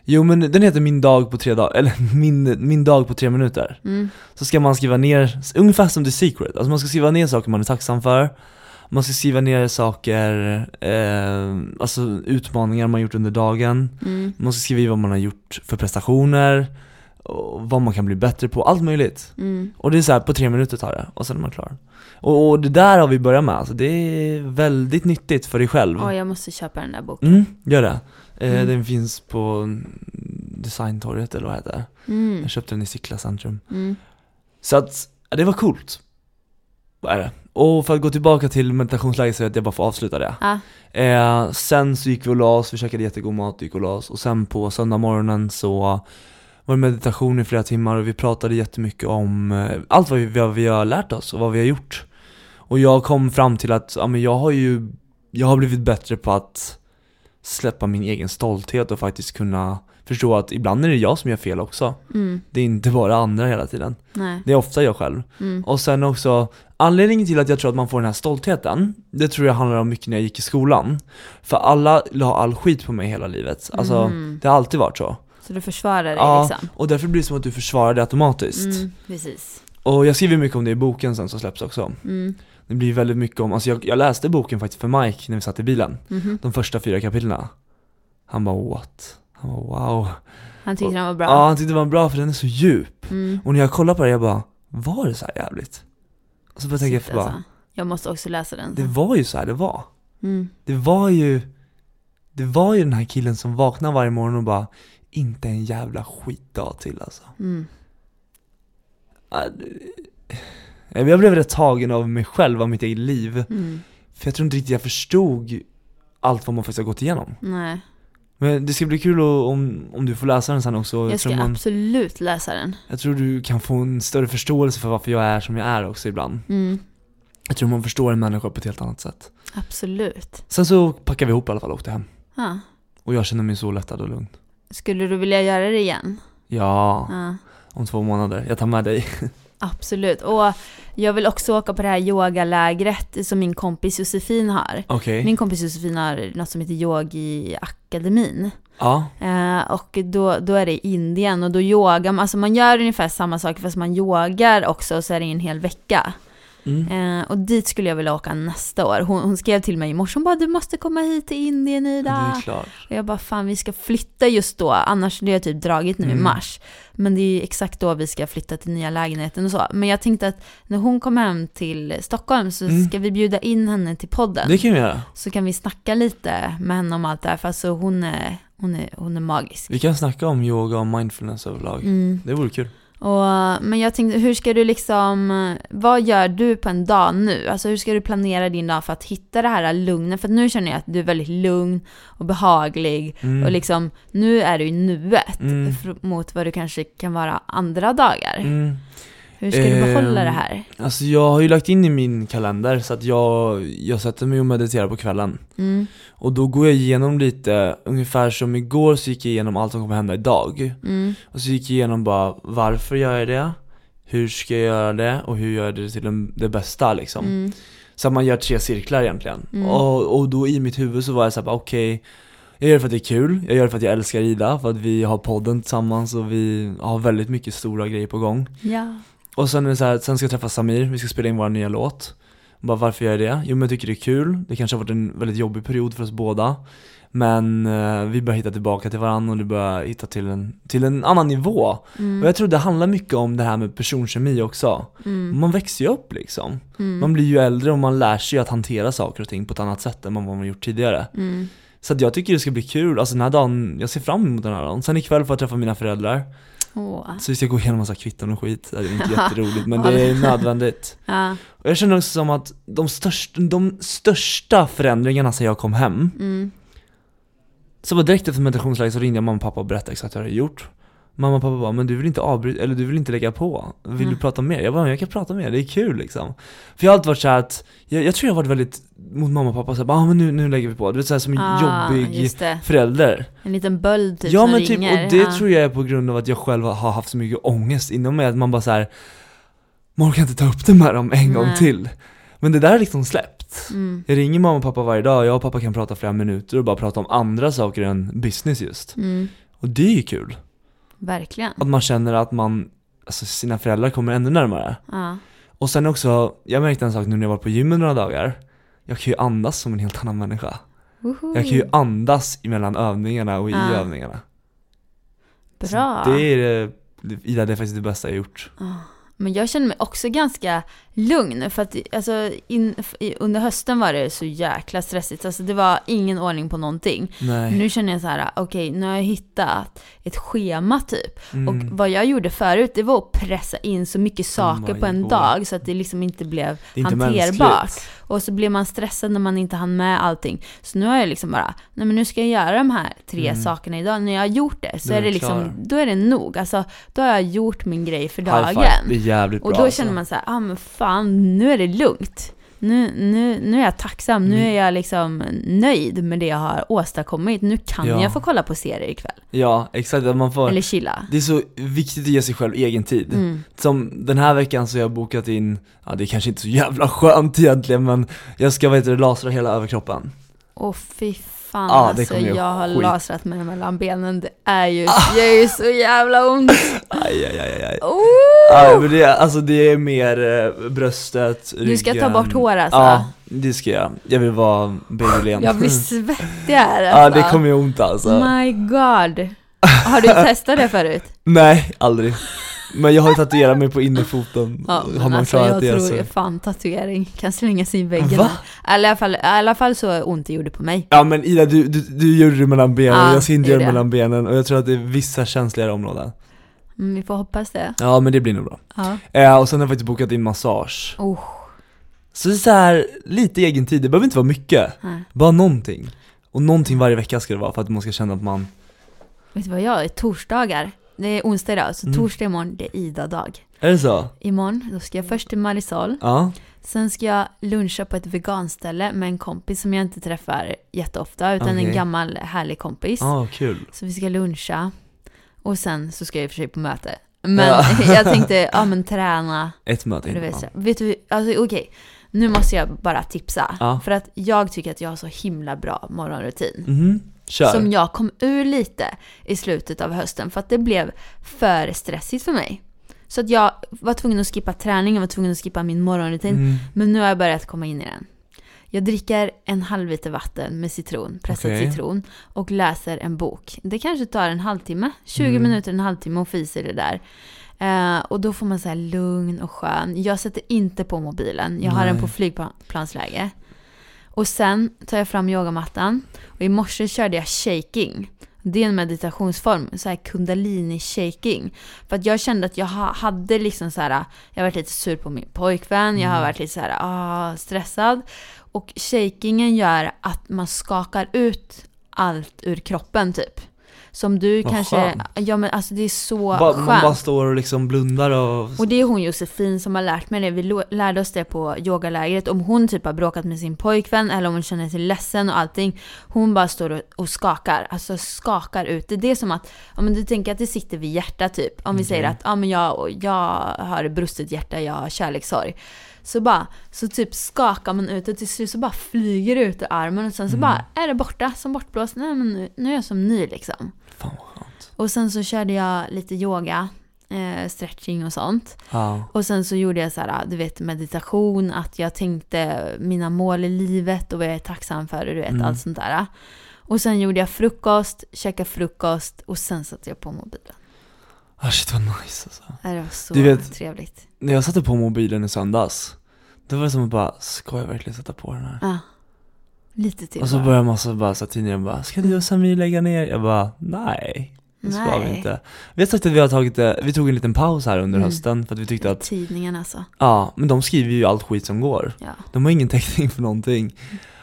C: Jo men den heter Min dag på tre dagar, eller [laughs] min, min dag på tre minuter.
D: mm,
C: Så ska man skriva ner, ungefär som The Secret, alltså man ska skriva ner saker man är tacksam för. Man ska skriva ner saker, ehm, alltså utmaningar man gjort under dagen.
D: mm,
C: Man ska skriva vad man har gjort för prestationer, och vad man kan bli bättre på, allt möjligt.
D: mm.
C: Och det är så här, på tre minuter tar det, och sen är man klar. Och, och det där har vi börjat med, alltså det är väldigt nyttigt för dig själv.
D: Åh, jag måste köpa den där boken.
C: Mm, gör det. Eh,
D: Mm.
C: Den finns på mm, designtorget eller vad heter det?
D: Mm,
C: Jag köpte den i Sickla centrum.
D: mm,
C: Så att, ja, det var coolt. Vad är det? Och för att gå tillbaka till meditationsläget så att jag bara får avsluta det.
D: ja,
C: Eh, sen så gick vi och la oss, vi käkade jättegod mat, gick och la oss. Och sen på söndag morgonen så var det meditation i flera timmar och vi pratade jättemycket om eh, allt vad vi, vad vi har lärt oss och vad vi har gjort. Och jag kom fram till att, ja men jag har ju, jag har blivit bättre på att släppa min egen stolthet och faktiskt kunna förstå att ibland är det jag som gör fel också.
D: mm,
C: Det är inte bara andra hela tiden.
D: nej,
C: Det är ofta jag själv.
D: mm,
C: Och sen också, anledningen till att jag tror att man får den här stoltheten, det tror jag handlar om mycket när jag gick i skolan. För alla la all skit på mig hela livet. Alltså,
D: Mhm.
C: det har alltid varit så.
D: så du försvarar dig
C: Ja,
D: liksom.
C: och därför blir det som att du försvarar det automatiskt.
D: Mm, precis.
C: Och jag skriver mycket om det i boken sen som släpps också.
D: Mm,
C: Det blir väldigt mycket om, alltså jag, jag läste boken faktiskt för Mike när vi satt i bilen.
D: mhm.
C: De första fyra kapitlen. Han bara what? Han bara wow.
D: Han tyckte den var bra.
C: Ja, han tyckte det var bra för den är så djup.
D: Mm.
C: Och när jag kollar på det, jag bara, var det så här jävligt? Och så bara tänker jag
D: Shit,
C: för bara,
D: alltså. Jag måste också läsa den.
C: det var ju så här det var.
D: Mm.
C: Det var ju Det var ju den här killen som vaknade varje morgon och bara Inte en jävla skitdag till alltså
D: Mm.
C: Ah, det- eh, Jag blev rätt tagen av mig själv, av mitt eget liv
D: Mm.
C: För jag tror inte riktigt jag förstod allt vad man faktiskt har gått igenom
D: Nej,
C: Men det ska bli kul o- om, om du får läsa den sen också Jag,
D: jag ska
C: tror man,
D: absolut läsa den.
C: jag tror du kan få en större förståelse för varför jag är som jag är också ibland
D: Mm.
C: Jag tror man förstår en människa på ett helt annat sätt
D: Absolut.
C: Sen så packade vi ihop i alla fall och åkte hem
D: Ja.
C: Och jag känner mig så lättad och lugn
D: Skulle du vilja göra det igen?
C: Ja,
D: Ja.
C: om två månader, jag tar med dig [laughs]
D: Absolut. Och jag vill också åka på det här yogalägret som min kompis Josefin har.
C: Okej.
D: Min kompis Josefin har något som heter yogiakademin.
C: Ja.
D: Eh, och då, då är det i Indien och då yogar man, alltså man gör ungefär samma sak fast man yogar också och så är det i en hel vecka.
C: Mm.
D: Eh, och dit skulle jag vilja åka nästa år. Hon, hon skrev till mig i morse, hon bara du måste komma hit till Indien
C: Det
D: Ida.
C: är klart.
D: Och jag bara fan vi ska flytta just då, annars det har typ dragit nu i
C: Mm.
D: mars. Men det är ju exakt då vi ska flytta till nya lägenheten och så. Men jag tänkte att när hon kommer hem till Stockholm så
C: Mm.
D: ska vi bjuda in henne till podden.
C: Det kan vi göra.
D: Så kan vi snacka lite med henne om allt det här, för alltså hon är, hon är, hon är magisk.
C: Vi kan snacka om yoga och mindfulness överlag.
D: Mm.
C: Det vore kul.
D: Och, men jag tänkte, hur ska du liksom, vad gör du på en dag nu? Alltså hur ska du planera din dag för att hitta det här lugnet? För att nu känner jag att du är väldigt lugn och behaglig
C: Mm.
D: och liksom, nu är du i nuet
C: Mm.
D: fr- mot vad du kanske kan vara andra dagar.
C: Mm.
D: Hur ska du
C: Ehm,
D: behålla det här?
C: Alltså jag har ju lagt in i min kalender så att jag, jag sätter mig och mediterar på kvällen.
D: Mm,
C: Och då går jag igenom lite, ungefär som igår så gick jag igenom allt som kommer hända idag.
D: mm,
C: Och så gick jag igenom bara varför gör jag det? Hur ska jag göra det? Och hur gör jag det till den- det bästa liksom?
D: mm,
C: Så att man gör tre cirklar egentligen.
D: Mm.
C: Och, och då i mitt huvud så var jag såhär, okej, jag gör det för att det är kul, jag gör det för att jag älskar Ida, för att vi har podden tillsammans och vi har väldigt mycket stora grejer på gång.
D: ja.
C: Och sen är det så här, sen ska jag träffa Samir, vi ska spela in vår nya låt. Bara, varför gör jag det? Jo men jag tycker det är kul, det kanske har varit en väldigt jobbig period för oss båda. Men eh, vi börjar hitta tillbaka till varandra och vi börjar hitta till en, till en annan nivå.
D: Mm,
C: Och jag tror det handlar mycket om det här med personkemi också.
D: mm,
C: Man växer ju upp liksom.
D: mm,
C: Man blir ju äldre och man lär sig ju att hantera saker och ting på ett annat sätt än vad man har gjort tidigare.
D: mm,
C: Så att jag tycker det ska bli kul, alltså den här dagen, jag ser fram emot den här dagen. Sen ikväll får jag träffa mina föräldrar.
D: åh,
C: Så vi ska gå igenom massa kvitton och skit, det är
D: [laughs]
C: inte jätteroligt men det är nödvändigt.
D: ja,
C: Och jag känner också som att de största, de största förändringarna sen jag kom hem,
D: mm,
C: så var direkt efter meditationsläget så ringde jag mamma och pappa och berättade exakt vad jag hade gjort. Mamma och pappa bara, men du vill inte avbryta, eller du vill inte lägga på, vill du
D: Mm.
C: prata mer? Jag bara, "Men jag kan prata mer, det är kul liksom. För jag har alltid varit såhär att, jag, jag tror jag har varit väldigt mot mamma och pappa såhär, bara, ah, men nu, nu lägger vi på, du vet såhär som en
D: Ah,
C: jobbig
D: just det.
C: förälder.
D: En liten böld typ
C: ja
D: som
C: men typ,
D: ringer.
C: och det
D: ja.
C: tror jag är på grund av att jag själv har haft så mycket ångest inom mig att man bara så här. man orkar inte ta upp det med dem en gång
D: Nej.
C: till. Men det där har liksom släppt.
D: Mm,
C: Jag ringer mamma och pappa varje dag, jag och pappa kan prata flera minuter och bara prata om andra saker än business just.
D: mm,
C: Och det är ju kul.
D: verkligen.
C: Att man känner att man, alltså sina föräldrar kommer ännu närmare.
D: Ja.
C: Och sen också, jag märkte en sak nu när jag var på gymmet några dagar. Jag kan ju andas som en helt annan människa.
D: Woho.
C: Jag kan ju andas mellan övningarna och i
D: Ja.
C: övningarna.
D: Bra.
C: Så Det är det, Ida, det är faktiskt det bästa jag gjort.
D: Men jag känner mig också ganska lugn för att alltså, in, f- i- under hösten var det så jäkla stressigt. Alltså, det var ingen ordning på någonting.
C: Nej.
D: Nu känner jag så här, okej nu har jag hittat ett schema typ.
C: Mm.
D: Och vad jag gjorde förut det var att pressa in så mycket saker
C: my
D: på en
C: God.
D: dag så att det liksom inte blev
C: Det är inte
D: hanterbart.
C: mänskligt.
D: Och så blir man stressad när man inte hann med allting. Så nu har jag liksom bara, nej men nu ska jag göra de här tre sakerna idag. När jag har gjort det så
C: Då Mm. är
D: är det
C: du klar.
D: liksom, då är det nog. Alltså då har jag gjort min grej för
C: High five, det är
D: dagen.
C: jävligt
D: Och
C: bra
D: då
C: alltså.
D: känner man så här, ah men fan nu är det lugnt. Nu, nu, nu är jag tacksam, nu
C: Mm.
D: är jag liksom nöjd med det jag har åstadkommit. Nu kan
C: Ja.
D: jag få kolla på serier ikväll.
C: Ja, exakt. Att man får...
D: Eller chilla.
C: Det är så viktigt att ge sig själv egen tid.
D: Mm.
C: Som den här veckan så har jag bokat in, ja det är kanske inte så jävla skönt egentligen men jag ska vad heter det, lasra hela överkroppen.
D: Åh fy fan
C: Ja, det
D: alltså,
C: kommer ju
D: jag har
C: skit. Ah.
D: lasrat mig mellan benen. Det är ju, det gör ju så jävla ont.
C: Aj, aj, aj, aj, aj.
D: Oh!
C: Ja, men det, alltså det är mer eh, bröstet, ryggen.
D: Du ska ta bort hår alltså?
C: Ja, det ska jag. Jag vill vara babylen.
D: Jag blir svettig här
C: Ja,
D: alltså.
C: det kommer göra ont alltså.
D: My god. Har du testat det förut?
C: Nej, aldrig. Men jag har ju tatuerat mig på innerfoten.
D: Ja, men
C: har man
D: alltså,
C: klarat
D: jag
C: det
D: tror
C: så...
D: ju fan tatuering kan slänga sig i väggen.
C: Va?
D: I alla fall, i alla fall så ont det gjorde på mig.
C: Ja men Ida, du, du, du gjorde det mellan benen,
D: Ja,
C: jag ska inte
D: det
C: göra det
D: gjorde jag.
C: mellan benen och jag tror att det är vissa känsligare områden.
D: Mm, vi får hoppas det.
C: Ja men det blir nog bra.
D: Ja.
C: Eh, och sen har jag faktiskt bokat in massage.
D: Oh,
C: Så det är så här, lite egen tid, det behöver inte vara mycket.
D: nej.
C: Bara någonting. Och någonting varje vecka ska det vara för att man ska känna att man,
D: Vet du vad jag är? Torsdagar. Det är onsdag idag, så
C: Mm.
D: torsdag imorgon, det är Ida-dag.
C: är det så?
D: Imorgon, då ska jag först till Marisol.
C: Ja.
D: Sen ska jag luncha på ett veganställe med en kompis som jag inte träffar jätteofta, utan
C: Okej.
D: en gammal härlig kompis.
C: Ja, kul.
D: Så vi ska luncha. Och sen så ska jag i och för sig på möte. Men
C: Ja.
D: [laughs] jag tänkte, ja men träna.
C: Ett möte
D: Du
C: innan.
D: vet, så- vet du, alltså okej. Nu måste jag bara tipsa.
C: Ja.
D: För att jag tycker att jag har så himla bra morgonrutin.
C: Mhm, kör.
D: Som jag kom ur lite i slutet av hösten för att det blev för stressigt för mig. Så att jag var tvungen att skippa träning, jag var tvungen att skippa min morgonrutin.
C: Mm.
D: Men nu har jag börjat komma in i den. Jag dricker en halv liter vatten med citron, pressad
C: Okej.
D: citron och läser en bok. Det kanske tar en halvtimme, 20
C: Mm.
D: minuter, en halvtimme och fiser det där. Eh, och då får man så här lugn och skön. Jag sätter inte på mobilen, jag har den på flygplansläge. Och sen tar jag fram yogamattan och i morse körde jag shaking. Det är en meditationsform, så här kundalini-shaking. För att jag kände att jag ha- hade liksom så här, jag har varit lite sur på min pojkvän, jag
C: Mm.
D: har varit lite så här, ah, stressad. Och shakingen gör att man skakar ut allt ur kroppen typ. Som du
C: Vad
D: kanske,
C: skönt.
D: ja men alltså det är så
C: Ba-
D: skönt.
C: man bara står och liksom blundar och...
D: Och det är hon Josefin som har lärt mig det. Vi lo- lärde oss det på yogalägret. Om hon typ har bråkat med sin pojkvän eller om hon känner sig ledsen och allting. Hon bara står och, och skakar. Alltså skakar ut. Det är det som att, om du tänker att det sitter vid hjärtat typ. Om vi säger att ah, men jag, jag har ett brustet hjärta, jag har kärlekssorg. Så bara, så typ skakar man ut och till slut så bara flyger det ut ur armen och sen så bara är det borta som bortblåst. Nej men nu, nu är jag som ny liksom.
C: Fan vad skönt.
D: Och sen så körde jag lite yoga, eh, stretching och sånt.
C: Ja.
D: Och sen så gjorde jag så här, du vet meditation, att jag tänkte mina mål i livet och vad jag är tacksam för och du vet
C: Mm.
D: allt sånt där. Och sen gjorde jag frukost, käkade frukost och sen satte jag på mobilen.
C: Ah, shit vad nice alltså.
D: Nej, Det var så
C: Du vet-
D: trevligt.
C: När jag satte på mobilen i söndags, då var det som att bara, ska jag verkligen sätta på den här?
D: Ja. Lite till
C: Och så
D: bara.
C: börjar man så bara, så här, tidningen bara, ska du och Samir lägga ner? Jag bara, nej. Det ska
D: Nej.
C: vi inte. Vi har sagt att vi har tagit, det- vi tog en liten paus här under
D: Mm.
C: hösten för att vi tyckte att,
D: Tidningen alltså.
C: ja, men de skriver ju allt skit som går.
D: Ja.
C: De har ingen täckning för någonting.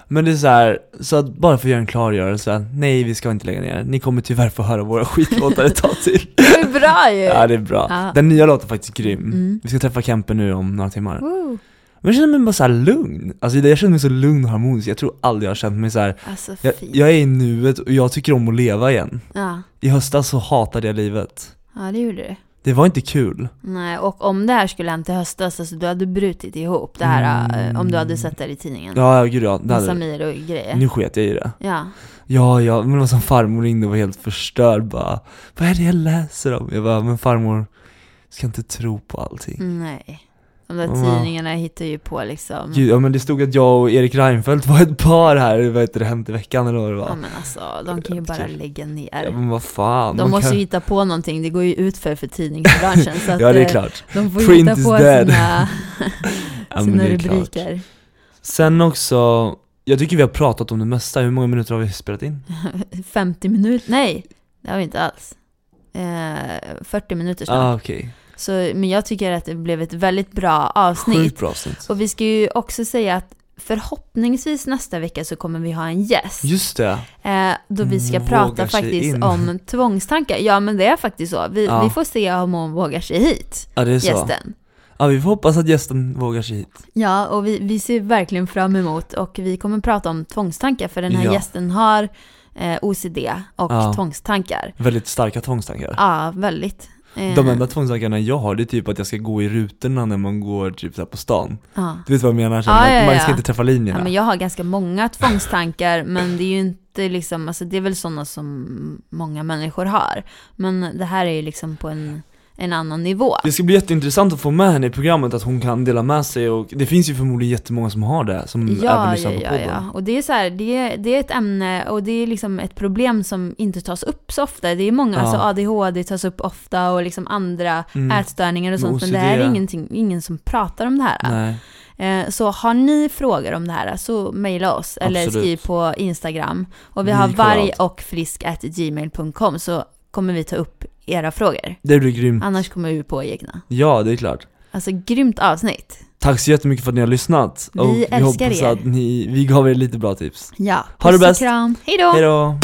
C: Men det är så här, så att bara för att göra en klargörelse, nej vi ska inte lägga ner. Ni kommer tyvärr få höra våra [laughs] skitlåtar ett tag till.
D: Det är bra ju!
C: [laughs] Ja det är bra.
D: Eh, Ja.
C: Den nya låten är faktiskt grym.
D: Mm.
C: Vi ska träffa Kempe nu om några timmar.
D: Woo.
C: Men jag känner mig bara så här lugn. Alltså jag känner mig så lugn och harmonisk. Jag tror aldrig jag har känt mig så här.
D: Alltså
C: Jag,
D: fint.
C: jag är i nuet och jag tycker om att leva igen.
D: Ja.
C: I höstas så hatade jag livet.
D: ja, det gjorde du.
C: Det var inte kul.
D: Nej, och om det här skulle hänt i höstas, alltså du hade brutit ihop det här, eh, om du hade sett det här i tidningen.
C: Mm. Ja, ja, gud ja. Det
D: Med
C: hade,
D: Samir och grejer.
C: nu sket jag i det.
D: Ja.
C: Ja, ja, men det var som farmor ringde och var helt förstörd bara. Vad är det jag läser om? Jag bara, men farmor, ska inte tro på allting.
D: Mm. Nej. De där
C: Ja.
D: tidningarna hittar ju på liksom.
C: Gud, ja men det stod att jag och Erik Reinfeldt var ett par här, vad heter det, Hänt i veckan eller vad det var.
D: Ja men alltså, de kan ju bara lägga
C: Ja,
D: ner.
C: men vad fan.
D: De
C: man
D: måste
C: kan-
D: ju hitta på någonting, det går ju ut för, för tidningsbranschen. Så
C: [laughs]
D: att,
C: Ja, det är
D: eh,
C: klart.
D: De får
C: Print
D: hitta
C: is
D: på
C: dead.
D: sina,
C: [laughs] Ja, men
D: sina
C: det är klart.
D: rubriker.
C: Sen också, jag tycker vi har pratat om det mesta. Hur många minuter har vi spelat in?
D: 50 minuter, nej, det har vi inte alls. Eh, 40 minuter snart.
C: ah, okej.
D: Så, men jag tycker att det blev ett väldigt bra avsnitt.
C: Sjukt bra avsnitt.
D: Och vi ska ju också säga att förhoppningsvis nästa vecka så kommer vi ha en gäst.
C: Just det.
D: Eh, då vi ska
C: Mm, vågar
D: prata
C: sig
D: faktiskt
C: in.
D: om tvångstankar. Ja men det är faktiskt så. Vi,
C: Ja.
D: vi får se om hon vågar sig hit,
C: Ja, det är så.
D: gästen.
C: Ja, vi får hoppas att gästen vågar sig hit.
D: Ja och vi, vi ser verkligen fram emot och vi kommer prata om tvångstankar för den här
C: Ja.
D: gästen har eh, OCD och
C: Ja.
D: tvångstankar.
C: Väldigt starka tvångstankar.
D: Ja, väldigt. Eh,
C: De enda tvångstankarna jag har det är typ att jag ska gå i rutorna när man går typ så här på stan.
D: ja.
C: Du vet vad jag menar? Sen,
D: Ja,
C: att
D: ja,
C: man
D: ja.
C: ska inte träffa linjerna.
D: Ja, men jag har ganska många tvångstankar men det är ju inte liksom, alltså det är väl sådana som många människor har. Men det här är ju liksom på en, en annan nivå.
C: Det ska bli jätteintressant att få med henne i programmet, att hon kan dela med sig och det finns ju förmodligen jättemånga som har det, som Mm, även
D: Ja, ja,
C: lyssnar på
D: ja,
C: podden.
D: ja. Och det är så här, det, är- det är ett ämne och det är liksom ett problem som inte tas upp så ofta. Det är många,
C: Ja.
D: alltså ADHD tas upp ofta och liksom andra
C: Mm.
D: ätstörningar och
C: Men
D: sånt. Men det
C: OCD.
D: här är ingenting, ingen som pratar om det här.
C: Nej.
D: Eh, Så har ni frågor om det här så mejla oss eller
C: Absolut.
D: skriv på Instagram. Och
C: Vi
D: vi har
C: kollar
D: varg
C: allt.
D: och frisk at gmail.com så kommer vi ta upp era frågor.
C: Det blir grymt.
D: Annars kommer vi på egna.
C: Ja, det är klart.
D: Alltså grymt avsnitt.
C: Tack så jättemycket för att ni har lyssnat.
D: Vi
C: och vi
D: älskar
C: hoppas
D: er.
C: att ni, vi gav er lite bra tips.
D: Ja.
C: Ha det
D: Puss och
C: bäst.
D: Kram. Hej
C: Hej då!